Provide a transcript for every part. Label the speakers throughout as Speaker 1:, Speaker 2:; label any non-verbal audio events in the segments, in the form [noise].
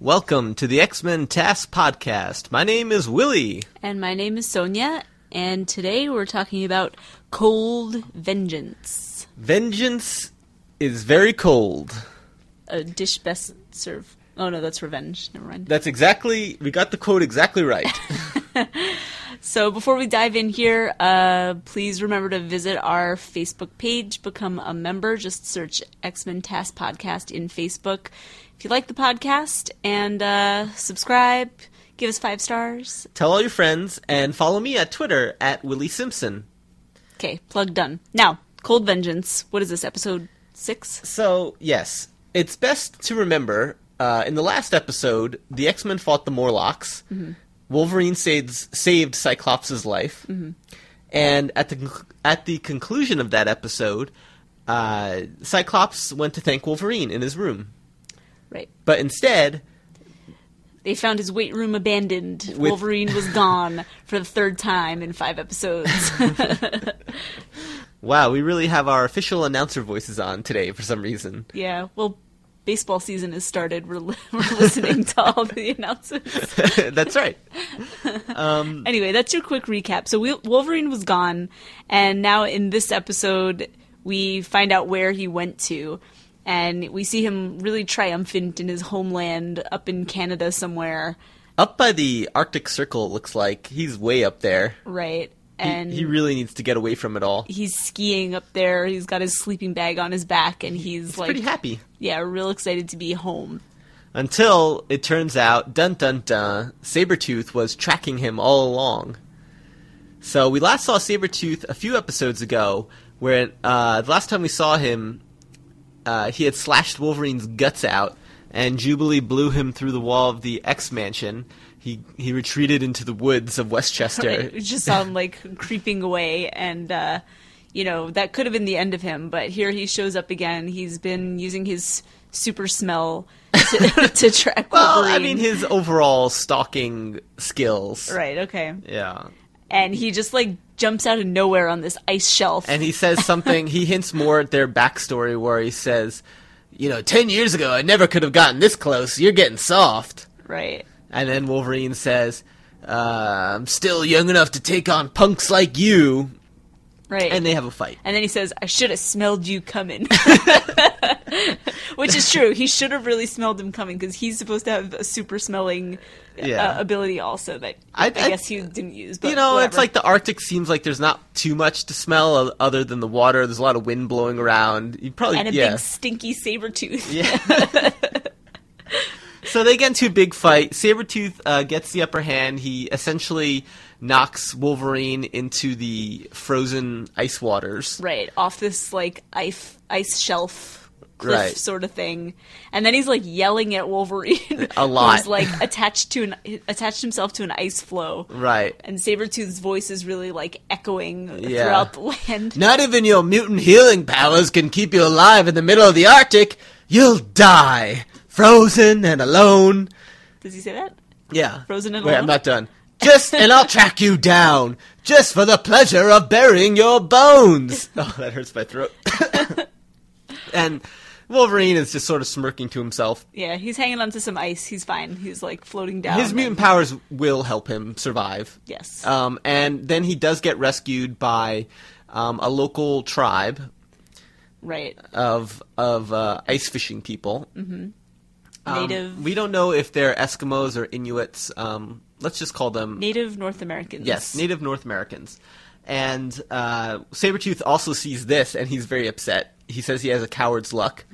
Speaker 1: Welcome to the X Men Task Podcast. My name is Willie.
Speaker 2: And my name is Sonia, and today we're talking about cold vengeance.
Speaker 1: Vengeance is very cold.
Speaker 2: A dish best served. Oh no, that's revenge. Never mind.
Speaker 1: That's exactly, we got the quote exactly [laughs] right.
Speaker 2: So before we dive in here, uh, please remember to visit our Facebook page, become a member. Just search X Men Task Podcast in Facebook. If you like the podcast, and uh, subscribe, give us five stars.
Speaker 1: Tell all your friends and follow me at Twitter at Willie Simpson.
Speaker 2: Okay, plug done. Now, cold vengeance. What is this episode six?
Speaker 1: So, yes, it's best to remember uh, in the last episode, the X Men fought the Morlocks. Wolverine saves, saved Cyclops' life. And at the, conc- at the conclusion of that episode, uh, Cyclops went to thank Wolverine in his room.
Speaker 2: Right.
Speaker 1: But instead,
Speaker 2: They found his weight room abandoned.
Speaker 1: With-
Speaker 2: Wolverine was gone for the third time in five episodes. [laughs]
Speaker 1: wow, we really have our official announcer voices on today for some reason. [laughs]
Speaker 2: yeah, well, baseball season has started. We're, li- [laughs] we're listening to all the announcements.
Speaker 1: That's right.
Speaker 2: Anyway, that's your quick recap. So we- Wolverine was gone, and now in this episode, we find out where he went to. And we see him really triumphant in his homeland up in Canada somewhere,
Speaker 1: Up by the Arctic Circle, it looks like he's way up there.
Speaker 2: right?
Speaker 1: He-
Speaker 2: And
Speaker 1: he, really needs to get away from it all.
Speaker 2: he's skiing up there. He's got his sleeping bag on his back, and he's,
Speaker 1: He's
Speaker 2: like
Speaker 1: pretty happy
Speaker 2: yeah, real excited to be home. [laughs]
Speaker 1: until it turns out, dun dun dun, Sabretooth was tracking him all along. So we last saw Sabretooth a few episodes ago, where uh, the last time we saw him, uh, he had slashed Wolverine's guts out, and Jubilee blew him through the wall of the X Mansion. He he retreated into the woods of
Speaker 2: [laughs]
Speaker 1: Westchester.
Speaker 2: It just saw him like creeping away, and uh, you know that could have been the end of him. But here he shows up again. He's been using his super smell to, [laughs] to track
Speaker 1: Well,
Speaker 2: Wolverine.
Speaker 1: I mean his overall stalking skills.
Speaker 2: right, okay.
Speaker 1: Yeah.
Speaker 2: And he just like jumps out of nowhere on this ice shelf.
Speaker 1: And he says something, he hints more at their backstory where he says, you know, 10 years ago, I never could have gotten this close. You're getting soft.
Speaker 2: right.
Speaker 1: And then Wolverine says, uh, I'm still young enough to take on punks like you.
Speaker 2: Right.
Speaker 1: And they have a fight.
Speaker 2: And then he says, I should have smelled
Speaker 1: [laughs]
Speaker 2: you coming. Which is true. He should have really smelled him coming because he's supposed to have a super smelling
Speaker 1: Yeah.
Speaker 2: uh, ability also that
Speaker 1: I-
Speaker 2: I,
Speaker 1: I-
Speaker 2: guess he didn't use. But
Speaker 1: You know, it's
Speaker 2: whatever.
Speaker 1: like the Arctic seems like there's not too much to smell o- other than the water. There's a lot of wind blowing around. You probably
Speaker 2: And a
Speaker 1: yeah.
Speaker 2: big stinky saber tooth.
Speaker 1: Yeah. so they get into a big fight. Sabretooth uh, gets the upper hand. He essentially knocks Wolverine into the frozen ice waters.
Speaker 2: [laughs] Right. Off this like ice, ice shelf cliff
Speaker 1: Right.
Speaker 2: sort of thing. And then he's like yelling at Wolverine.
Speaker 1: [laughs] A lot.
Speaker 2: Who's like attached to an attached himself to an ice flow.
Speaker 1: Right.
Speaker 2: And Sabretooth's voice is really like echoing
Speaker 1: Yeah.
Speaker 2: throughout the land.
Speaker 1: Not even your mutant healing powers can keep you alive in the middle of the Arctic. You'll die, frozen and alone.
Speaker 2: Does he say that?
Speaker 1: Yeah.
Speaker 2: Frozen and
Speaker 1: Wait, I'm
Speaker 2: alone?
Speaker 1: not done. Just and I'll track you down, just for the pleasure of burying your
Speaker 2: [laughs]
Speaker 1: bones. Oh, that hurts my throat. [laughs] and Wolverine is just sort of smirking to himself.
Speaker 2: Yeah, he's hanging onto some ice. He's fine. He's like floating down.
Speaker 1: His mutant
Speaker 2: and-
Speaker 1: powers will help him survive.
Speaker 2: Yes.
Speaker 1: Um, and then he does get rescued by um, a local tribe
Speaker 2: right.
Speaker 1: of of uh, ice fishing people. Um,
Speaker 2: Native-
Speaker 1: We don't know if they're Eskimos or Inuits. Um, let's just call them
Speaker 2: Native North Americans.
Speaker 1: Yes, Native North Americans. And uh, Sabretooth also sees this, and he's very upset. He says he has a coward's luck,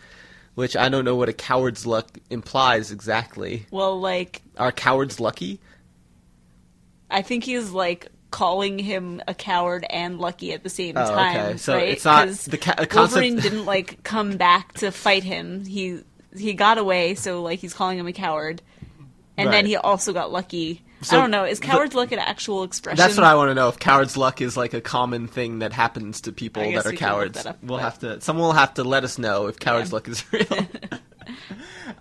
Speaker 1: which I don't know what a coward's luck implies exactly.
Speaker 2: well, like
Speaker 1: Are cowards lucky?
Speaker 2: I think he's like calling him a coward and lucky at the same
Speaker 1: Oh, okay.
Speaker 2: time.
Speaker 1: So
Speaker 2: right?
Speaker 1: it's not-
Speaker 2: 'Cause
Speaker 1: the ca- the concept- [laughs]
Speaker 2: Wolverine didn't like come back to fight him. He he got away, so like he's calling him a coward. And
Speaker 1: Right.
Speaker 2: then he also got lucky.
Speaker 1: So
Speaker 2: I don't know. Is
Speaker 1: the-
Speaker 2: coward's luck an actual expression?
Speaker 1: That's what I want to know. If coward's luck is like a common thing that happens to people
Speaker 2: I
Speaker 1: that
Speaker 2: guess
Speaker 1: are
Speaker 2: we can look
Speaker 1: cowards,
Speaker 2: that up,
Speaker 1: we'll
Speaker 2: but-
Speaker 1: have to. Someone will have to let us know if coward's
Speaker 2: Yeah.
Speaker 1: luck is [laughs] real.
Speaker 2: [laughs]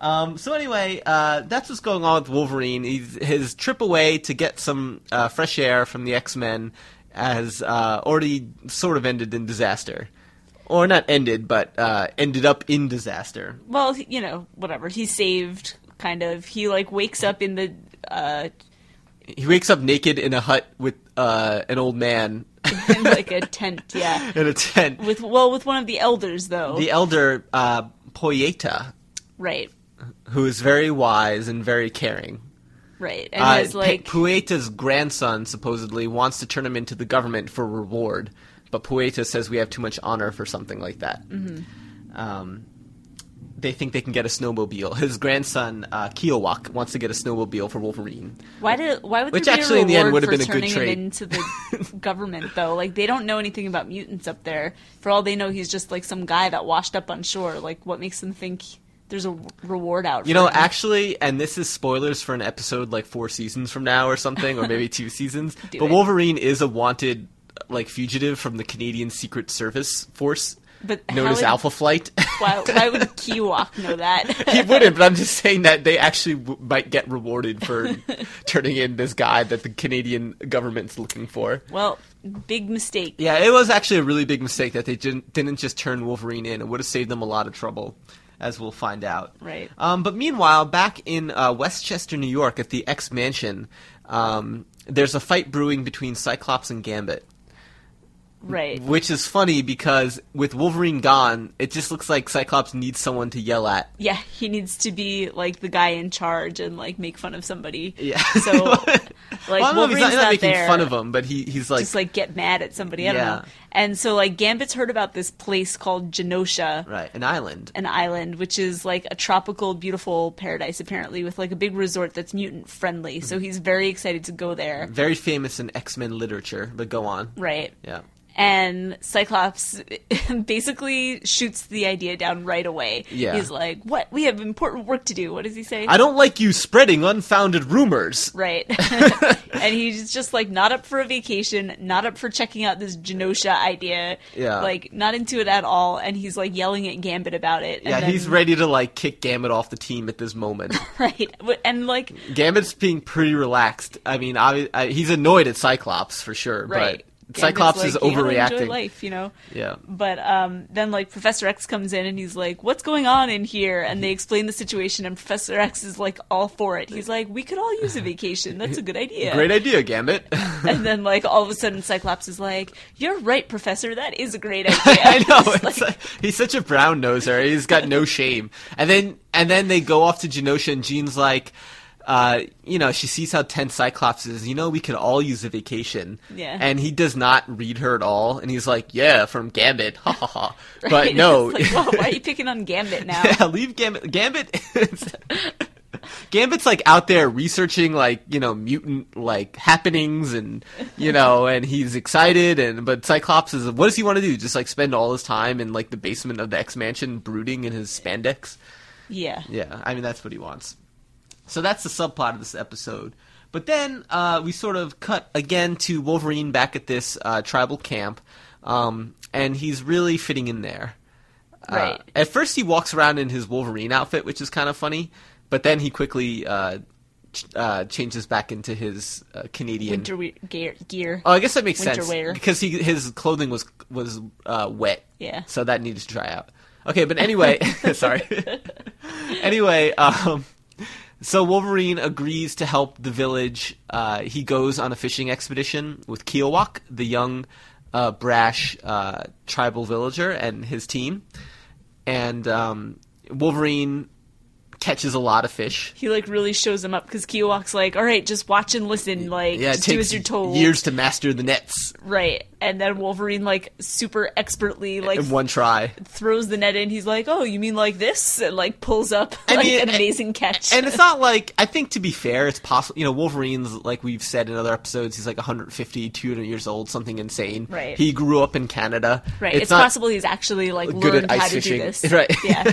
Speaker 1: um, so anyway, uh, that's what's going on with Wolverine. He's his trip away to get some uh, fresh air from the X Men has uh, already sort of ended in disaster, or not ended, but uh, ended up in disaster.
Speaker 2: well, he- you know, whatever. He saved kind of. He like wakes up in the uh,
Speaker 1: He wakes up naked in a hut with uh, an old man
Speaker 2: in
Speaker 1: [laughs]
Speaker 2: like a tent, [laughs] yeah.
Speaker 1: in a tent.
Speaker 2: With well, with one of the elders though,
Speaker 1: The elder uh, Poyeta,
Speaker 2: right?
Speaker 1: who is very wise and very caring.
Speaker 2: Right, and
Speaker 1: Uh,
Speaker 2: has like
Speaker 1: Pe- Pueta's grandson supposedly wants to turn him into the government for reward, but Pueta says we have too much honor for something like that.
Speaker 2: Mm-hmm.
Speaker 1: Um, they think they can get a snowmobile. His grandson uh, Kiowak wants to get a snowmobile for Wolverine.
Speaker 2: Why did? Why would
Speaker 1: Which
Speaker 2: there
Speaker 1: actually,
Speaker 2: be a
Speaker 1: in the end,
Speaker 2: reward
Speaker 1: would have
Speaker 2: for
Speaker 1: been a good
Speaker 2: turning him
Speaker 1: trade.
Speaker 2: into
Speaker 1: [laughs]
Speaker 2: the government though? Like they don't know anything about mutants up there. For all they know, he's just like some guy that washed up on shore. Like what makes them think there's a reward out?
Speaker 1: You
Speaker 2: for
Speaker 1: know,
Speaker 2: him?
Speaker 1: actually, and this is spoilers for an episode like four seasons from now or something, or
Speaker 2: [laughs]
Speaker 1: maybe two seasons.
Speaker 2: Do
Speaker 1: but
Speaker 2: it.
Speaker 1: Wolverine is a wanted like fugitive from the Canadian Secret Service Force,
Speaker 2: But
Speaker 1: known
Speaker 2: how
Speaker 1: as
Speaker 2: would-
Speaker 1: Alpha Flight. [laughs]
Speaker 2: Why, why would Kiwak know that?
Speaker 1: he wouldn't, but I'm just
Speaker 2: [laughs]
Speaker 1: saying that they actually w- might get rewarded for turning in this guy that the Canadian government's looking for.
Speaker 2: well, big mistake.
Speaker 1: Yeah, it was actually a really big mistake that they didn't, didn't just turn Wolverine in. It would have saved them a lot of trouble, as we'll find out.
Speaker 2: Right.
Speaker 1: Um, but meanwhile, back in uh, Westchester, New York, at the X Mansion, um, there's a fight brewing between Cyclops and Gambit.
Speaker 2: Right.
Speaker 1: Which is funny because with Wolverine gone, it just looks like Cyclops needs someone to yell at.
Speaker 2: Yeah, he needs to be like the guy in charge and like make fun of somebody.
Speaker 1: [laughs] Yeah.
Speaker 2: So,
Speaker 1: Well,
Speaker 2: like
Speaker 1: I don't know if he's
Speaker 2: Wolverine's
Speaker 1: not, he's not making
Speaker 2: there.
Speaker 1: fun of him, but he, he's like,
Speaker 2: just like get mad at somebody.
Speaker 1: Yeah.
Speaker 2: I don't know. And so like Gambit's heard about this place called Genosha,
Speaker 1: right, an island.
Speaker 2: an island which is like a tropical, beautiful paradise apparently, with like a big resort that's mutant friendly. So he's very excited to go there.
Speaker 1: Very famous in X Men literature, but go on.
Speaker 2: Right.
Speaker 1: Yeah.
Speaker 2: And Cyclops [laughs] basically shoots the idea down right away.
Speaker 1: Yeah.
Speaker 2: He's like, "What? We have important work to do." What does he say?
Speaker 1: I don't like you spreading unfounded rumors. [laughs]
Speaker 2: Right. [laughs] and he's just like not up for a vacation, not up for checking out this Genosha idea.
Speaker 1: Yeah.
Speaker 2: Like not into it at all. And he's like yelling at Gambit about it.
Speaker 1: Yeah,
Speaker 2: and then-
Speaker 1: he's ready to like kick Gambit off the team at this moment.
Speaker 2: [laughs] Right. But- And like,
Speaker 1: Gambit's being pretty relaxed. I mean, obvi- I, he's annoyed at Cyclops for sure,
Speaker 2: right.
Speaker 1: but Cyclops
Speaker 2: Gambit's
Speaker 1: is
Speaker 2: like, "You gotta enjoy
Speaker 1: overreacting.
Speaker 2: life, you know.
Speaker 1: Yeah.
Speaker 2: But um, then like Professor X comes in and he's like, "What's going on in here?" And they explain the situation, and Professor X is like all for it. He's like, "We could all use a vacation. That's a good
Speaker 1: [laughs]
Speaker 2: idea."
Speaker 1: Great idea, Gambit. [laughs]
Speaker 2: And then like all of a sudden, Cyclops is like, "You're right, Professor. That is a great idea."
Speaker 1: [laughs] I
Speaker 2: [laughs]
Speaker 1: know.
Speaker 2: It's
Speaker 1: It's
Speaker 2: like-
Speaker 1: like- he's such a brown noser. He's got
Speaker 2: [laughs]
Speaker 1: no shame. And then and then they go off to Genosha, and Jean's like, uh, you know, she sees how tense Cyclops is. You know, we could all use a vacation.
Speaker 2: Yeah.
Speaker 1: And he does not read her at all. And he's like, yeah, from Gambit. Ha ha
Speaker 2: [laughs]
Speaker 1: ha. But
Speaker 2: It's
Speaker 1: no.
Speaker 2: like, whoa, why
Speaker 1: [laughs]
Speaker 2: are you picking on Gambit now?
Speaker 1: yeah, [laughs] leave Gambit. Gambit. [laughs] is- Gambit's like out there researching like you know mutant like happenings and you know and he's excited and but Cyclops is what does he want to do just like spend all his time in like the basement of the X Mansion brooding in his spandex
Speaker 2: Yeah.
Speaker 1: yeah I mean that's what he wants so that's the subplot of this episode but then uh, we sort of cut again to Wolverine back at this uh, tribal camp um, and he's really fitting in there
Speaker 2: Right.
Speaker 1: uh, at first, he walks around in his Wolverine outfit, which is kind of funny, but then he quickly uh, ch- uh, changes back into his uh, Canadian.
Speaker 2: Winter we- gear. gear.
Speaker 1: Oh, I guess that makes
Speaker 2: winter
Speaker 1: sense
Speaker 2: wear.
Speaker 1: because he his clothing was was uh, wet.
Speaker 2: Yeah.
Speaker 1: So that needed to dry out. Okay, but
Speaker 2: [laughs]
Speaker 1: anyway, [laughs] sorry. anyway, um, so Wolverine agrees to help the village. Uh, he goes on a fishing expedition with Kiowak, the young, uh, brash uh, tribal villager, and his team. And um, Wolverine catches a lot of fish.
Speaker 2: He like really shows him up because Kiowak's like, all right, just watch and listen, like
Speaker 1: Yeah, it
Speaker 2: just do
Speaker 1: takes
Speaker 2: as you're told.
Speaker 1: years to master the nets
Speaker 2: Right. And then Wolverine like super expertly like
Speaker 1: in one try.
Speaker 2: throws the net in. He's like, oh, you mean like this? And like pulls up
Speaker 1: I
Speaker 2: like
Speaker 1: mean,
Speaker 2: an
Speaker 1: and-
Speaker 2: amazing catch.
Speaker 1: and it's not like I think to be fair, it's possible. You know, Wolverine's like we've said in other episodes, he's like 150, 200 years old, something insane.
Speaker 2: Right.
Speaker 1: He grew up in Canada.
Speaker 2: right. It's,
Speaker 1: It's, not,
Speaker 2: possible he's actually like
Speaker 1: good at
Speaker 2: learned
Speaker 1: ice
Speaker 2: how to
Speaker 1: fishing.
Speaker 2: do
Speaker 1: [laughs]
Speaker 2: this.
Speaker 1: Right.
Speaker 2: Yeah.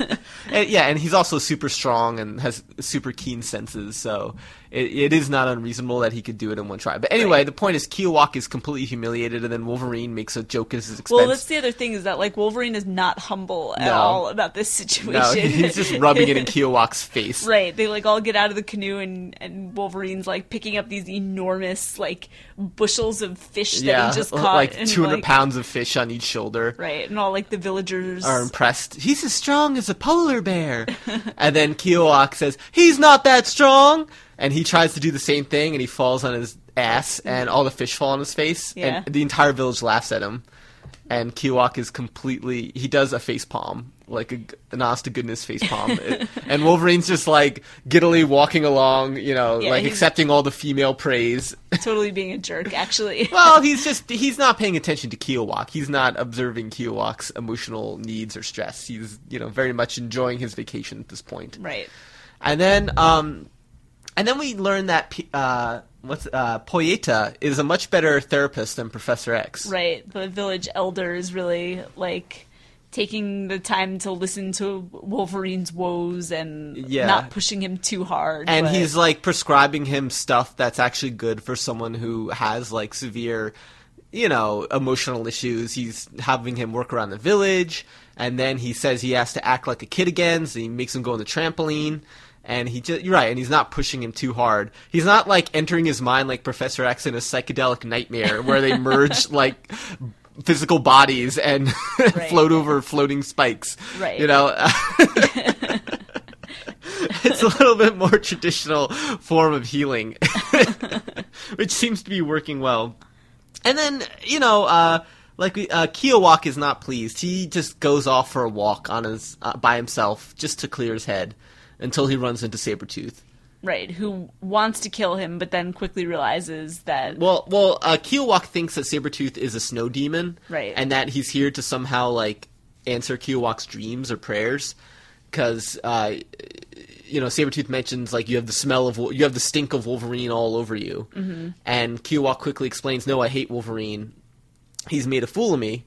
Speaker 1: and- eh, yeah, and he's also super strong and has super keen senses, so it, it is not unreasonable that he could do it in one try. But anyway,
Speaker 2: Right.
Speaker 1: the point is, Kiowak is completely humiliated, and then Wolverine makes a joke at his expense.
Speaker 2: Well, that's the other thing is that like Wolverine is not humble at
Speaker 1: No.
Speaker 2: all about this
Speaker 1: no, [laughs]
Speaker 2: situation.
Speaker 1: he's just rubbing
Speaker 2: [laughs]
Speaker 1: it in Kiowak's face.
Speaker 2: Right. They like all get out of the canoe and and Wolverine's like picking up these enormous like bushels of fish that
Speaker 1: Yeah,
Speaker 2: he just
Speaker 1: l-
Speaker 2: caught.
Speaker 1: like
Speaker 2: and,
Speaker 1: 200
Speaker 2: like-
Speaker 1: pounds of fish on each shoulder.
Speaker 2: Right. And all like the villagers
Speaker 1: are impressed. He's as strong as a polar Polar Bear. [laughs] and then Kiowak says, He's not that strong. And he tries to do the same thing and he falls on his ass and all the fish fall on his face.
Speaker 2: Yeah.
Speaker 1: And the entire village laughs at him. And Kiowak is completely, he does a face palm. Like a, g- an honest to goodness face palm,
Speaker 2: [laughs]
Speaker 1: It- and Wolverine's just like giddily walking along, you know,
Speaker 2: Yeah,
Speaker 1: like
Speaker 2: he's-
Speaker 1: accepting all the female praise.
Speaker 2: totally being a jerk,
Speaker 1: [laughs]
Speaker 2: actually.
Speaker 1: Well, he's just he's not paying attention to Kiowak. He's not observing Kiowak's emotional needs or stress. He's, you know, very much enjoying his vacation at this point.
Speaker 2: right.
Speaker 1: And then um and then we learn that P- uh what's uh Poyeta is a much better therapist than Professor X.
Speaker 2: Right. The village elder is really like taking the time to listen to Wolverine's woes and
Speaker 1: Yeah.
Speaker 2: not pushing him too hard.
Speaker 1: And
Speaker 2: but-
Speaker 1: he's like prescribing him stuff that's actually good for someone who has like severe, you know, emotional issues. He's having him work around the village, and then he says he has to act like a kid again, so he makes him go on the trampoline. And he just you're right, and he's not pushing him too hard. He's not like entering his mind like Professor X in a psychedelic nightmare where
Speaker 2: [laughs]
Speaker 1: they merge like physical bodies and [laughs] float over floating spikes.
Speaker 2: Right.
Speaker 1: You know. it's a little bit more traditional form of healing, [laughs] which seems to be working well. And then you know, uh, like we, uh, Kiowak is not pleased. He just goes off for a walk on his uh, by himself just to clear his head until he runs into Sabretooth.
Speaker 2: right, who wants to kill him but then quickly realizes that
Speaker 1: Well, well, uh, Kiowak thinks that Sabretooth is a snow demon,
Speaker 2: Right.
Speaker 1: And that he's here to somehow like answer Kiowak's dreams or prayers, because uh, you know Sabretooth mentions like you have the smell of Wol- you have the stink of Wolverine all over you, mm-hmm. and Kiowak quickly explains, "No, I hate Wolverine. He's made a fool of me."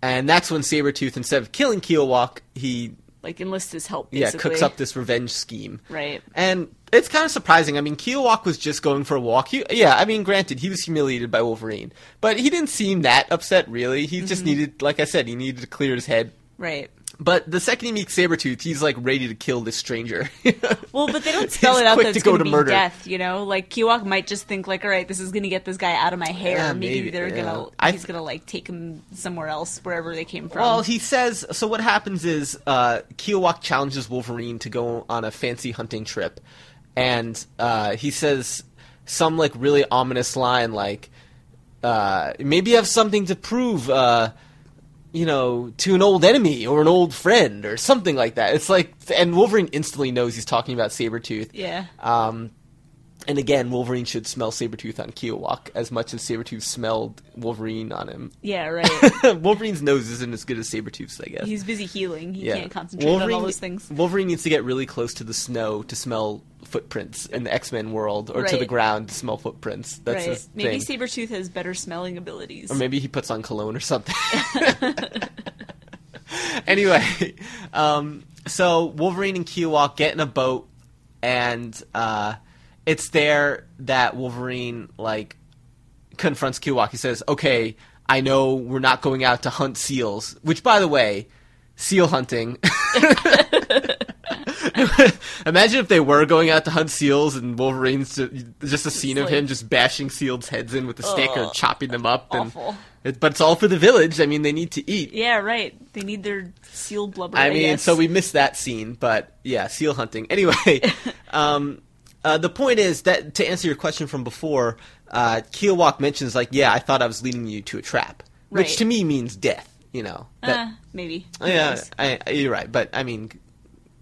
Speaker 1: And that's when Sabretooth, instead of killing Kiowak, he
Speaker 2: like enlists his help
Speaker 1: yeah
Speaker 2: basically.
Speaker 1: cooks up this revenge scheme.
Speaker 2: Right.
Speaker 1: And it's kind of surprising. I mean, Kiowak was just going for a walk. He, yeah, I mean, granted, he was humiliated by Wolverine, but he didn't seem that upset, really. He just needed, like I said, he needed to clear his head.
Speaker 2: Right.
Speaker 1: But the second he meets Sabretooth, he's like ready to kill this stranger. [laughs]
Speaker 2: Well, but they don't spell it out
Speaker 1: quick
Speaker 2: that
Speaker 1: to
Speaker 2: it's
Speaker 1: go
Speaker 2: going to
Speaker 1: to
Speaker 2: be
Speaker 1: murder.
Speaker 2: death, you know? Like, Kiwak might just think, like, all right, this is going to get this guy out of my hair.
Speaker 1: Yeah,
Speaker 2: maybe,
Speaker 1: maybe,
Speaker 2: they're
Speaker 1: yeah.
Speaker 2: going to,
Speaker 1: I-
Speaker 2: he's going to, like, take him somewhere else, wherever they came from.
Speaker 1: well, he says so. What happens is uh, Kiowak challenges Wolverine to go on a fancy hunting trip, and uh, he says some like really ominous line, like uh, "Maybe you have something to prove." Uh, you know, to an old enemy or an old friend or something like that. It's like, and Wolverine instantly knows he's talking about Sabretooth.
Speaker 2: yeah.
Speaker 1: Um, and again, Wolverine should smell Sabretooth on Kiowak as much as Sabretooth smelled Wolverine on him.
Speaker 2: yeah, right.
Speaker 1: [laughs] Wolverine's nose isn't as good as Sabretooth's, I guess.
Speaker 2: [laughs] He's busy healing. He
Speaker 1: Yeah.
Speaker 2: can't concentrate on all those things.
Speaker 1: Wolverine needs to get really close to the snow to smell footprints in the X Men world, or to
Speaker 2: Right.
Speaker 1: the ground to smell footprints. That's
Speaker 2: Right.
Speaker 1: his
Speaker 2: Maybe
Speaker 1: thing.
Speaker 2: Sabretooth has better smelling abilities.
Speaker 1: or maybe he puts on cologne or something. [laughs] anyway, um, so Wolverine and Kiowak get in a boat, and uh, it's there that Wolverine like confronts Kiwak. He says, "Okay, I know we're not going out to hunt seals." Which, by the way, seal hunting. [laughs] Imagine if they were going out to hunt seals, and Wolverine's ju- just a scene of
Speaker 2: like-
Speaker 1: him just bashing seals' heads in with a stick or
Speaker 2: Ugh.
Speaker 1: chopping them up. And
Speaker 2: Awful.
Speaker 1: it, but it's all for the village. I mean, they need to eat.
Speaker 2: yeah, right. They need their seal blubber.
Speaker 1: I mean,
Speaker 2: guess.
Speaker 1: so we missed that scene, but yeah, seal hunting. Anyway,
Speaker 2: [laughs]
Speaker 1: um, uh, the point is that to answer your question from before, uh, Kiowak mentions like, "Yeah, I thought I was leading you to a trap," which
Speaker 2: Right.
Speaker 1: to me means death. You know,
Speaker 2: Uh,
Speaker 1: that, oh,
Speaker 2: maybe. Who
Speaker 1: yeah,
Speaker 2: knows?
Speaker 1: I, I- you're right. But I mean,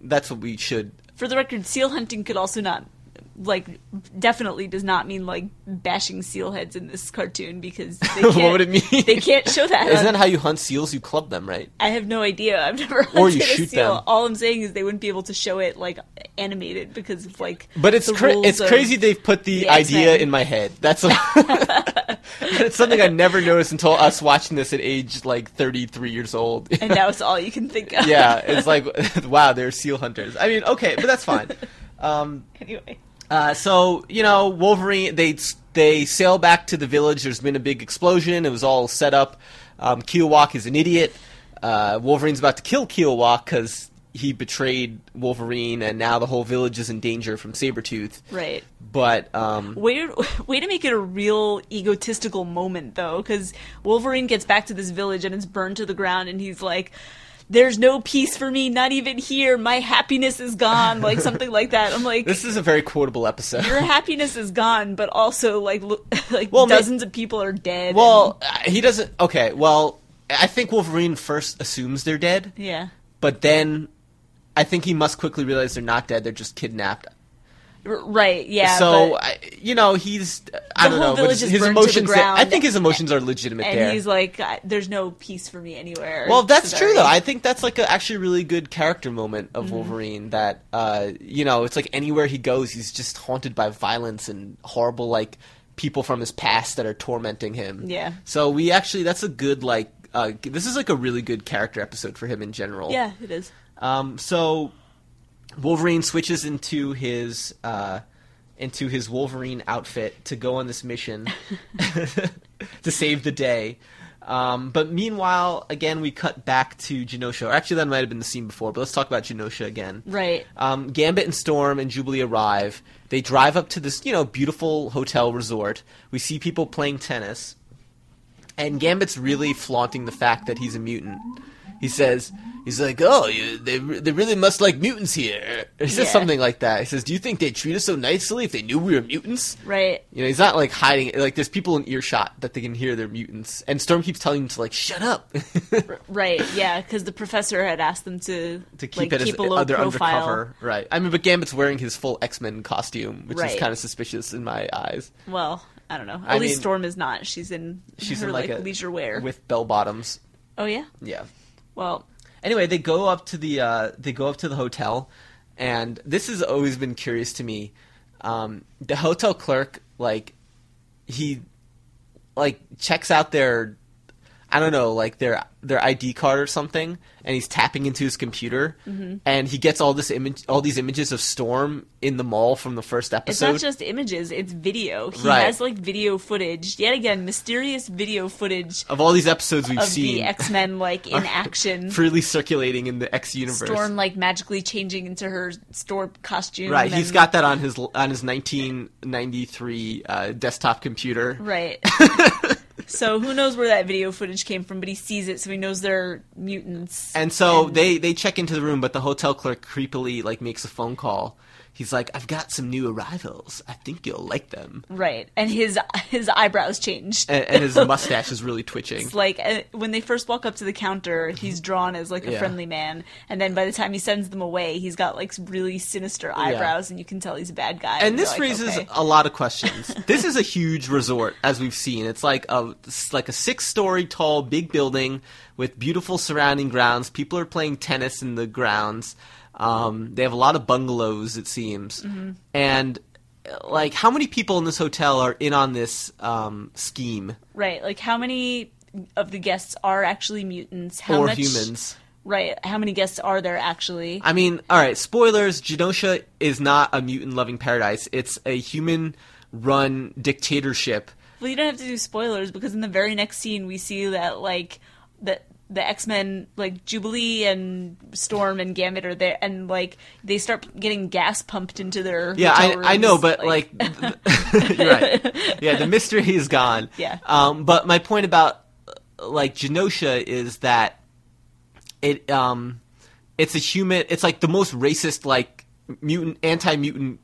Speaker 1: that's what we should.
Speaker 2: For the record, seal hunting could also not, like, definitely does not mean, like, bashing seal heads in this
Speaker 1: [laughs]
Speaker 2: cartoon because they can't,
Speaker 1: What would it mean?
Speaker 2: They can't show that.
Speaker 1: Isn't
Speaker 2: on-
Speaker 1: that how you hunt seals? You club them, right?
Speaker 2: I have no idea. I've never
Speaker 1: Or
Speaker 2: hunted
Speaker 1: you
Speaker 2: a
Speaker 1: shoot
Speaker 2: seal.
Speaker 1: them.
Speaker 2: All I'm saying is they wouldn't be able to show it like animated because of like.
Speaker 1: But it's
Speaker 2: the
Speaker 1: cra-
Speaker 2: rules
Speaker 1: it's
Speaker 2: of-
Speaker 1: crazy they've put the,
Speaker 2: the
Speaker 1: idea
Speaker 2: X-Men.
Speaker 1: in my head.
Speaker 2: [laughs]
Speaker 1: That's [laughs] a- it's something I never noticed until us watching this at age like 33 years old.
Speaker 2: And now it's all you can think of.
Speaker 1: [laughs] yeah, it's like [laughs] wow, they're seal hunters. I mean, okay, but that's
Speaker 2: [laughs]
Speaker 1: fine. Um,
Speaker 2: anyway.
Speaker 1: uh, so you know, Wolverine they they sail back to the village. There's been a big explosion. It was all set up. Um, Kiowak is an idiot. Uh, Wolverine's about to kill Kiowak because he betrayed Wolverine, and now the whole village is in danger from Sabretooth.
Speaker 2: Right.
Speaker 1: But um,
Speaker 2: Way to, way to make it a real egotistical moment, though, because Wolverine gets back to this village and it's burned to the ground, and he's like, there's no peace for me, not even here. My happiness is gone, like something like that. I'm like,
Speaker 1: This is a very quotable episode.
Speaker 2: your happiness is gone, but also like lo- [laughs] like
Speaker 1: Well, ma-
Speaker 2: dozens of people are dead.
Speaker 1: Well, uh, he doesn't. Okay, well, I think Wolverine first assumes they're dead,
Speaker 2: and- yeah,
Speaker 1: but then I think he must quickly realize they're not dead. They're just kidnapped.
Speaker 2: R- right, yeah.
Speaker 1: so
Speaker 2: but-
Speaker 1: I, you know, he's I
Speaker 2: The
Speaker 1: don't
Speaker 2: whole
Speaker 1: know, but
Speaker 2: village
Speaker 1: his,
Speaker 2: is
Speaker 1: his
Speaker 2: burned to the
Speaker 1: emotions. I
Speaker 2: ground,
Speaker 1: think his emotions are legitimate
Speaker 2: and
Speaker 1: there.
Speaker 2: he's like, I, there's no peace for me anywhere.
Speaker 1: well, that's true
Speaker 2: Sorry.
Speaker 1: though. I think that's like a actually really good character moment of
Speaker 2: Mm-hmm.
Speaker 1: Wolverine. That uh, you know, it's like anywhere he goes, he's just haunted by violence and horrible like people from his past that are tormenting him.
Speaker 2: Yeah.
Speaker 1: So we actually that's a good like uh, this is like a really good character episode for him in general.
Speaker 2: yeah, it is.
Speaker 1: Um, so Wolverine switches into his uh, into his Wolverine outfit to go on this mission [laughs] to save the day. Um, but meanwhile, again, we cut back to Genosha. Or actually, that might have been the scene before, but let's talk about Genosha again.
Speaker 2: Right.
Speaker 1: Um, Gambit and Storm and Jubilee arrive. They drive up to this, you know, beautiful hotel resort. We see people playing tennis. And Gambit's really flaunting the fact that he's a mutant. He says, he's like, oh, you, they, they really must like mutants here. [laughs] He says
Speaker 2: Yeah.
Speaker 1: something like that. He says, do you think they'd treat us so nicely if they knew we were mutants?
Speaker 2: Right.
Speaker 1: You know, he's not like hiding it. Like, there's people in earshot that they can hear they're mutants. And Storm keeps telling him to, like, shut up. [laughs]
Speaker 2: Right. Yeah, because the professor had asked them to
Speaker 1: to keep
Speaker 2: like,
Speaker 1: it
Speaker 2: keep
Speaker 1: as
Speaker 2: a low
Speaker 1: other
Speaker 2: profile.
Speaker 1: undercover. Right. I mean, but Gambit's wearing his full X Men costume, which is
Speaker 2: Right.
Speaker 1: kind of suspicious in my eyes.
Speaker 2: Well, I don't know. At
Speaker 1: I
Speaker 2: least
Speaker 1: mean-
Speaker 2: Storm is not. She's in
Speaker 1: She's
Speaker 2: her
Speaker 1: in
Speaker 2: like,
Speaker 1: like, a
Speaker 2: leisure wear.
Speaker 1: with bell bottoms.
Speaker 2: oh yeah.
Speaker 1: Yeah.
Speaker 2: Well,
Speaker 1: Anyway, they go up to the uh, they go up to the hotel, and this has always been curious to me. Um, the hotel clerk, like, he like checks out their I don't know, like their their ID card or something, and he's tapping into his computer,
Speaker 2: Mm-hmm.
Speaker 1: and he gets all this image, all these images of Storm in the mall from the first episode.
Speaker 2: it's not just images; it's video. He
Speaker 1: Right.
Speaker 2: has like video footage. Yet again, mysterious video footage
Speaker 1: of all these episodes Oh, we've
Speaker 2: of the
Speaker 1: seen
Speaker 2: X Men
Speaker 1: [laughs]
Speaker 2: like in action.
Speaker 1: freely circulating in the X universe.
Speaker 2: Storm like magically changing into her storm costume.
Speaker 1: Right, he's
Speaker 2: and-
Speaker 1: got that on his on his 1993 uh, desktop computer. [laughs]
Speaker 2: right. so who knows where that video footage came from? But he sees it, so he knows they're mutants.
Speaker 1: And so they they check into the room, but the hotel clerk creepily like makes a phone call. He's like, "I've got some new arrivals. I think you'll like them."
Speaker 2: right, and his [laughs] his eyebrows changed.
Speaker 1: And, and
Speaker 2: [laughs]
Speaker 1: his mustache is really twitching.
Speaker 2: It's like uh, when they first walk up to the counter, he's drawn as like a
Speaker 1: Yeah.
Speaker 2: friendly man, and then by the time he sends them away, he's got like really sinister eyebrows, and you can tell he's a bad guy.
Speaker 1: And
Speaker 2: you're
Speaker 1: this
Speaker 2: like,
Speaker 1: raises
Speaker 2: okay.
Speaker 1: a lot of questions. [laughs] this is a huge resort, as we've seen. It's like a it's like a six story tall, big building with beautiful surrounding grounds. People are playing tennis in the grounds. Um, they have a lot of bungalows, it seems.
Speaker 2: Mm-hmm.
Speaker 1: And like, how many people in this hotel are in on this um, scheme
Speaker 2: right, like how many of the guests are actually mutants? How
Speaker 1: for
Speaker 2: much,
Speaker 1: humans?
Speaker 2: Right, how many guests are there actually?
Speaker 1: I mean, all right, spoilers. Genosha is not a mutant loving paradise. It's a human run dictatorship.
Speaker 2: Well, you don't have to do spoilers because in the very next scene we see that like that the X Men like Jubilee and Storm and Gambit are there, and like they start getting gas pumped into their
Speaker 1: Yeah,
Speaker 2: hotel
Speaker 1: I, I know,
Speaker 2: rooms,
Speaker 1: but like,
Speaker 2: [laughs]
Speaker 1: [laughs] you're right. Yeah, the mystery is gone.
Speaker 2: Yeah.
Speaker 1: Um, but my point about uh, like Genosha is that it um, it's a human. It's like the most racist like mutant anti mutant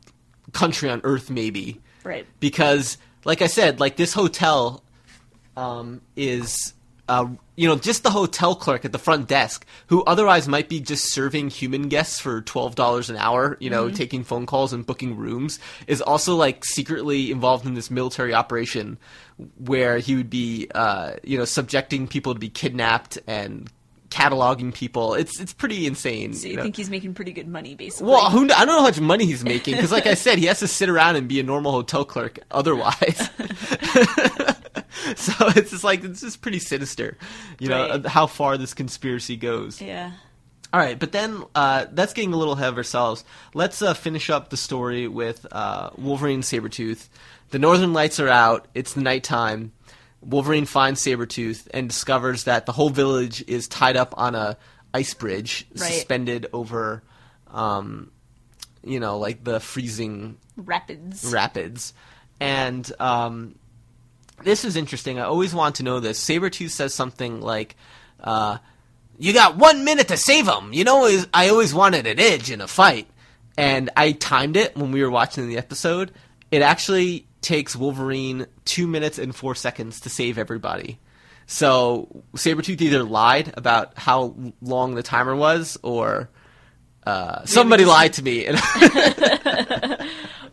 Speaker 1: country on Earth, maybe
Speaker 2: right,
Speaker 1: because like i said like this hotel um, is uh, you know just the hotel clerk at the front desk who otherwise might be just serving human guests for $12 an hour you know
Speaker 2: Mm-hmm.
Speaker 1: taking phone calls and booking rooms is also like secretly involved in this military operation where he would be uh, you know subjecting people to be kidnapped and cataloging people it's it's pretty insane
Speaker 2: so
Speaker 1: you
Speaker 2: you
Speaker 1: know?
Speaker 2: think he's making pretty good money basically.
Speaker 1: Well, who, kn- I don't know how much money he's making because, like I said, he has to sit around and be a normal hotel clerk otherwise. [laughs] so it's just like it's just pretty sinister, you know,
Speaker 2: Right.
Speaker 1: how far this conspiracy goes.
Speaker 2: yeah,
Speaker 1: All right, but then uh, that's getting a little ahead of ourselves. Let's uh, finish up the story with uh, Wolverine and Sabretooth. The northern lights are out, it's nighttime. Wolverine finds Sabretooth and discovers that the whole village is tied up on a ice bridge
Speaker 2: Right.
Speaker 1: suspended over um, you know, like the freezing
Speaker 2: rapids.
Speaker 1: rapids. And um, this is interesting. I always want to know this. Sabretooth says something like, uh, you got one minute to save him. You know, is- I always wanted an edge in a fight, and I timed it when we were watching the episode. It actually takes Wolverine two minutes and four seconds to save everybody. So Sabretooth either lied about how long the timer was, or uh, somebody
Speaker 2: just-
Speaker 1: lied to me. [laughs] And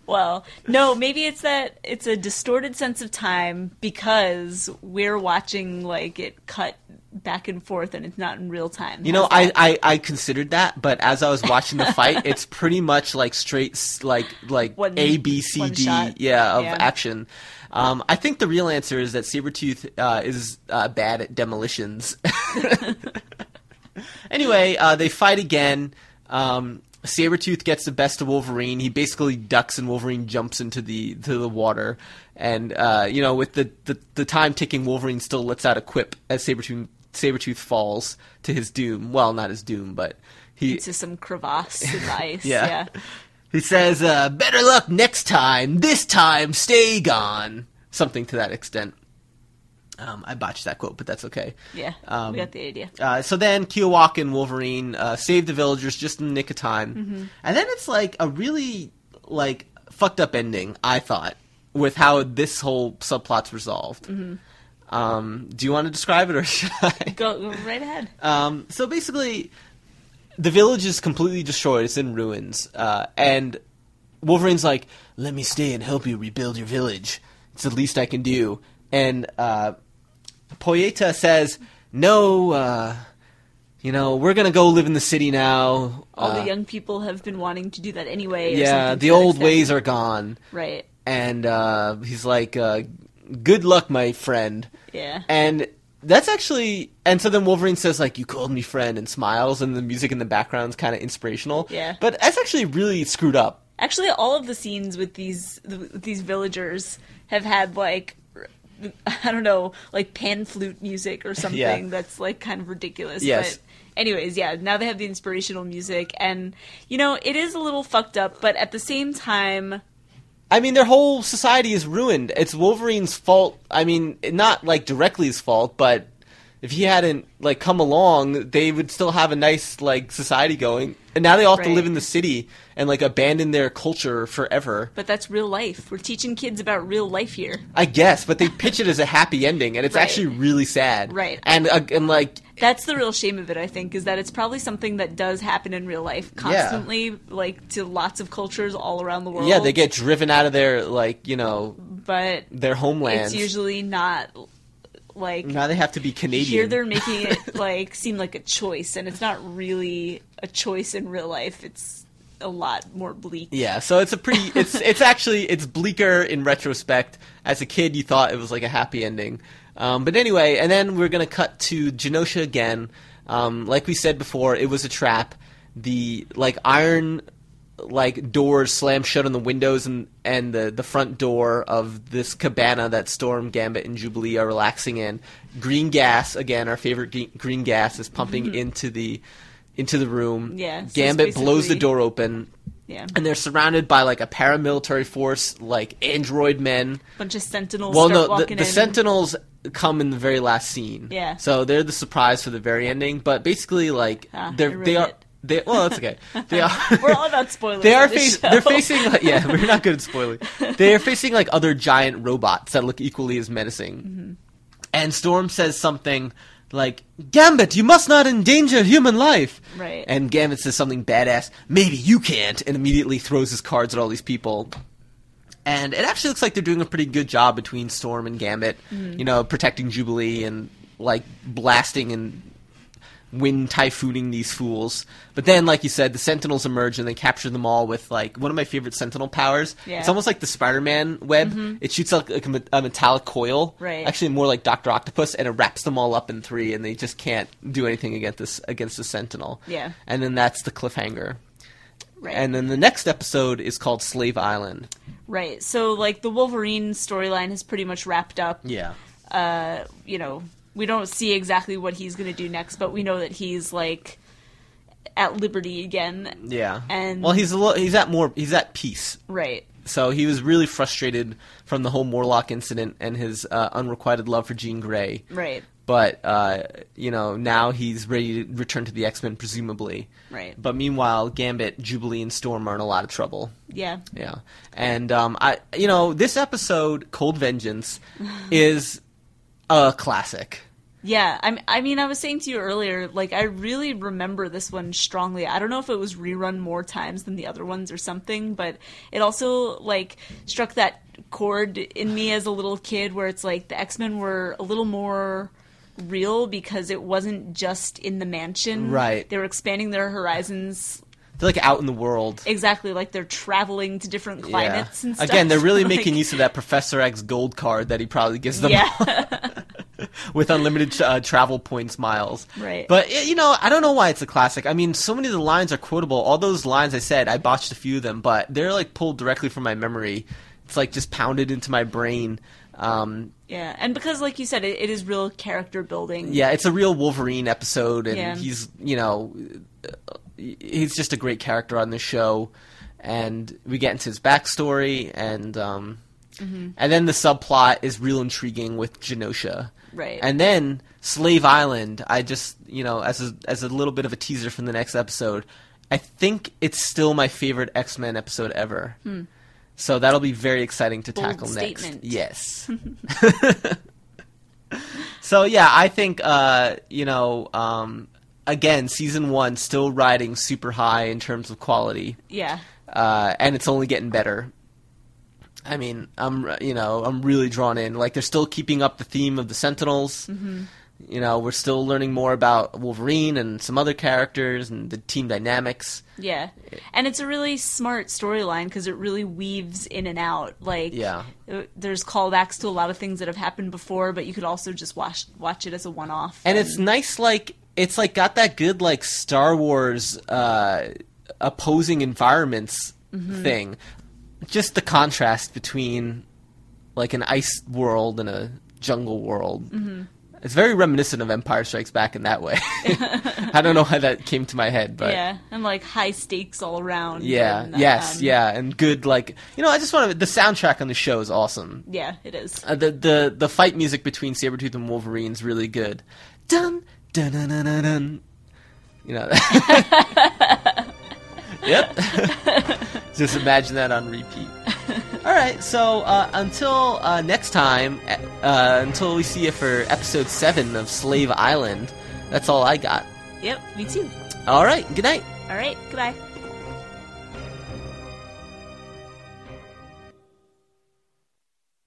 Speaker 2: Well, no, maybe it's that it's a distorted sense of time because we're watching like it cut back and forth and it's not in real time.
Speaker 1: You know, I, I, I considered that, but as I was watching the
Speaker 2: [laughs]
Speaker 1: fight, it's pretty much like straight, s- like like
Speaker 2: One-
Speaker 1: A B C
Speaker 2: one
Speaker 1: D,
Speaker 2: shot.
Speaker 1: yeah, of
Speaker 2: Yeah.
Speaker 1: action. Um, I think the real answer is that Sabretooth uh, is uh, bad at demolitions. anyway, uh, they fight again. Um, Sabretooth gets the best of Wolverine. He basically ducks and Wolverine jumps into the to the water. And uh, you know, with the, the, the time ticking, Wolverine still lets out a quip as Sabretooth Sabretooth falls to his doom. Well, not his doom, but
Speaker 2: [laughs]
Speaker 1: he
Speaker 2: into some crevasse of ice.
Speaker 1: yeah.
Speaker 2: yeah.
Speaker 1: He says, uh, better luck next time. This time, stay gone. Something to that extent. Um, I botched that quote, but that's okay.
Speaker 2: Yeah.
Speaker 1: Um,
Speaker 2: we got the idea.
Speaker 1: Uh, so then Kiowak and Wolverine uh, save the villagers just in the nick of time. And then it's like a really like fucked up ending, I thought, with how this whole subplot's resolved. Um, do you want to describe it or [laughs] should I?
Speaker 2: Go, go right ahead.
Speaker 1: Um, so basically, the village is completely destroyed. It's in ruins. Uh, and Wolverine's like, let me stay and help you rebuild your village. It's the least I can do. And uh, Poyeta says, no, uh, you know, we're going to go live in the city now.
Speaker 2: All
Speaker 1: Uh,
Speaker 2: the young people have been wanting to do that anyway. or
Speaker 1: yeah,
Speaker 2: something to
Speaker 1: the
Speaker 2: that
Speaker 1: old
Speaker 2: extent.
Speaker 1: ways are gone.
Speaker 2: Right.
Speaker 1: And uh, he's like, uh, good luck, my friend.
Speaker 2: Yeah.
Speaker 1: And that's actually and so then Wolverine says like you called me friend and smiles and the music in the background's kind of inspirational.
Speaker 2: Yeah.
Speaker 1: But that's actually really screwed up.
Speaker 2: Actually, all of the scenes with these with these villagers have had like [laughs] I don't know, like pan flute music or something
Speaker 1: Yeah.
Speaker 2: that's like kind of ridiculous.
Speaker 1: Yes.
Speaker 2: But anyways, yeah, now they have the inspirational music and you know, it is a little fucked up, but at the same time,
Speaker 1: I mean their whole society is ruined. It's Wolverine's fault. I mean not like directly his fault, but if he hadn't like come along, they would still have a nice like society going. And now they all have to
Speaker 2: Right.
Speaker 1: live in the city and like abandon their culture forever.
Speaker 2: but that's real life. We're teaching kids about real life here.
Speaker 1: I guess, but they pitch it as a happy ending and it's
Speaker 2: Right.
Speaker 1: actually really sad.
Speaker 2: Right.
Speaker 1: And uh, and like
Speaker 2: That's the real shame of it, I think, is that it's probably something that does happen in real life constantly, like to lots of cultures all around the world.
Speaker 1: Yeah, they get driven out of their like you know
Speaker 2: but
Speaker 1: their homelands.
Speaker 2: it's usually not like
Speaker 1: now they have to be Canadian.
Speaker 2: here they're
Speaker 1: [laughs]
Speaker 2: making it like seem like a choice, and it's not really a choice in real life. It's a lot more bleak.
Speaker 1: yeah, so it's a pretty. It's it's actually it's bleaker in retrospect. As a kid, you thought it was like a happy ending, um, but anyway. And then we're gonna cut to Genosha again. Um, like we said before, it was a trap. The like iron like doors slammed shut on the windows and and the the front door of this cabana that Storm, Gambit, and Jubilee are relaxing in. Green gas again, our favorite green, green gas is pumping into the into the room.
Speaker 2: Mm-hmm. Yeah, so it's
Speaker 1: Gambit blows the
Speaker 2: basically-
Speaker 1: door open.
Speaker 2: Yeah,
Speaker 1: And they're surrounded by like a paramilitary force, like android men.
Speaker 2: bunch of sentinels
Speaker 1: Well,
Speaker 2: start
Speaker 1: no, the,
Speaker 2: walking
Speaker 1: the
Speaker 2: in.
Speaker 1: sentinels come in the very last scene.
Speaker 2: Yeah.
Speaker 1: So they're the surprise for the very ending. But basically, like
Speaker 2: Ah, I
Speaker 1: they're
Speaker 2: ruined
Speaker 1: they are
Speaker 2: it.
Speaker 1: they well, that's
Speaker 2: [laughs]
Speaker 1: okay. They are
Speaker 2: [laughs] We're all about spoilers.
Speaker 1: they are
Speaker 2: on this
Speaker 1: fac- they're
Speaker 2: show.
Speaker 1: facing like,
Speaker 2: [laughs]
Speaker 1: yeah we're not good at spoiling they are facing like other giant robots that look equally as menacing
Speaker 2: Mm-hmm.
Speaker 1: and storm says something like gambit you must not endanger human life
Speaker 2: Right.
Speaker 1: and gambit says something badass maybe you can't and immediately throws his cards at all these people and it actually looks like they're doing a pretty good job between storm and gambit
Speaker 2: Mm-hmm.
Speaker 1: you know protecting jubilee and like blasting and wind typhooning these fools. But then, like you said, the Sentinels emerge and they capture them all with like one of my favorite Sentinel powers.
Speaker 2: Yeah. Mm-hmm.
Speaker 1: It's almost like the Spider-Man web. It shoots out like a, me- a metallic coil,
Speaker 2: Right.
Speaker 1: actually more like Doctor Octopus, and it wraps them all up in three, and they just can't do anything against this against the Sentinel.
Speaker 2: Yeah.
Speaker 1: And then that's the cliffhanger.
Speaker 2: right.
Speaker 1: And then the next episode is called Slave Island.
Speaker 2: right. So like the Wolverine storyline has pretty much wrapped up.
Speaker 1: Yeah.
Speaker 2: uh, you know, we don't see exactly what he's going to do next, but we know that he's like at liberty again.
Speaker 1: Yeah.
Speaker 2: And-
Speaker 1: well, he's a lo- he's at more he's at peace
Speaker 2: Right.
Speaker 1: So he was really frustrated from the whole Morlock incident and his uh, unrequited love for Jean Grey.
Speaker 2: Right.
Speaker 1: But uh, you know now he's ready to return to the X Men, presumably.
Speaker 2: Right.
Speaker 1: But meanwhile, Gambit, Jubilee, and Storm are in a lot of trouble.
Speaker 2: Yeah.
Speaker 1: Yeah, and um, I, you know, this episode, Cold
Speaker 2: [laughs]
Speaker 1: Vengeance, is a classic.
Speaker 2: Yeah, I, I mean, I was saying to you earlier, like, I really remember this one strongly. I don't know if it was rerun more times than the other ones or something, but it also, like, struck that chord in me as a little kid where it's like the X Men were a little more real because it wasn't just in the mansion.
Speaker 1: Right.
Speaker 2: They were expanding their horizons
Speaker 1: They're like out in the world.
Speaker 2: exactly, like they're traveling to different climates and stuff.
Speaker 1: Again, they're really
Speaker 2: [laughs] Like,
Speaker 1: making use of that Professor X gold card that he probably gives them [laughs]
Speaker 2: Yeah. [laughs]
Speaker 1: with unlimited uh, travel points miles.
Speaker 2: Right.
Speaker 1: But y- you know, I don't know why it's a classic. I mean, so many of the lines are quotable. All those lines I said, I botched a few of them, but they're like pulled directly from my memory. It's like just pounded into my brain. Um,
Speaker 2: yeah, and because, like you said, it, it is real character building.
Speaker 1: yeah, it's a real Wolverine episode, and
Speaker 2: Yeah.
Speaker 1: he's you know, uh, he's just a great character on the show, and we get into his backstory, and um,
Speaker 2: Mm-hmm.
Speaker 1: and then the subplot is real intriguing with Genosha,
Speaker 2: Right.
Speaker 1: And then Slave Island, I just you know, as a, as a little bit of a teaser from the next episode, I think it's still my favorite X Men episode ever. So that'll be very exciting to
Speaker 2: Bold
Speaker 1: tackle
Speaker 2: statement.
Speaker 1: next.
Speaker 2: [laughs]
Speaker 1: Yes. [laughs] So yeah, I think uh, you know, um, again, season one still riding super high in terms of quality,
Speaker 2: Yeah.
Speaker 1: uh, and it's only getting better. I mean, I'm you know I'm really drawn in. Like they're still keeping up the theme of the Sentinels.
Speaker 2: Mm-hmm.
Speaker 1: You know, we're still learning more about Wolverine and some other characters and the team dynamics.
Speaker 2: Yeah. And it's a really smart storyline because it really weaves in and out. Like,
Speaker 1: Yeah.
Speaker 2: uh, there's callbacks to a lot of things that have happened before, but you could also just watch watch it as a one off.
Speaker 1: and it's nice like it's like got that good like star wars uh opposing environments
Speaker 2: Mm-hmm.
Speaker 1: thing just the contrast between like an ice world and a jungle world
Speaker 2: Mm-hmm.
Speaker 1: it's very reminiscent of empire strikes back in that way [laughs] i don't know how that came to my head but
Speaker 2: yeah, and like high stakes all around.
Speaker 1: yeah
Speaker 2: and,
Speaker 1: yes
Speaker 2: um,
Speaker 1: yeah and good like you know i just want to the soundtrack on the show is awesome
Speaker 2: Yeah, it is.
Speaker 1: uh, the the the fight music between Sabretooth and Wolverine's really good. Dun dun dun dun dun. dun. You know. yep. [laughs] Just imagine that on repeat. All right, so uh, until uh, next time, uh, until we see you for episode seven of Slave Island, that's all I got.
Speaker 2: Yep, me too.
Speaker 1: All right, good night.
Speaker 2: All right, goodbye.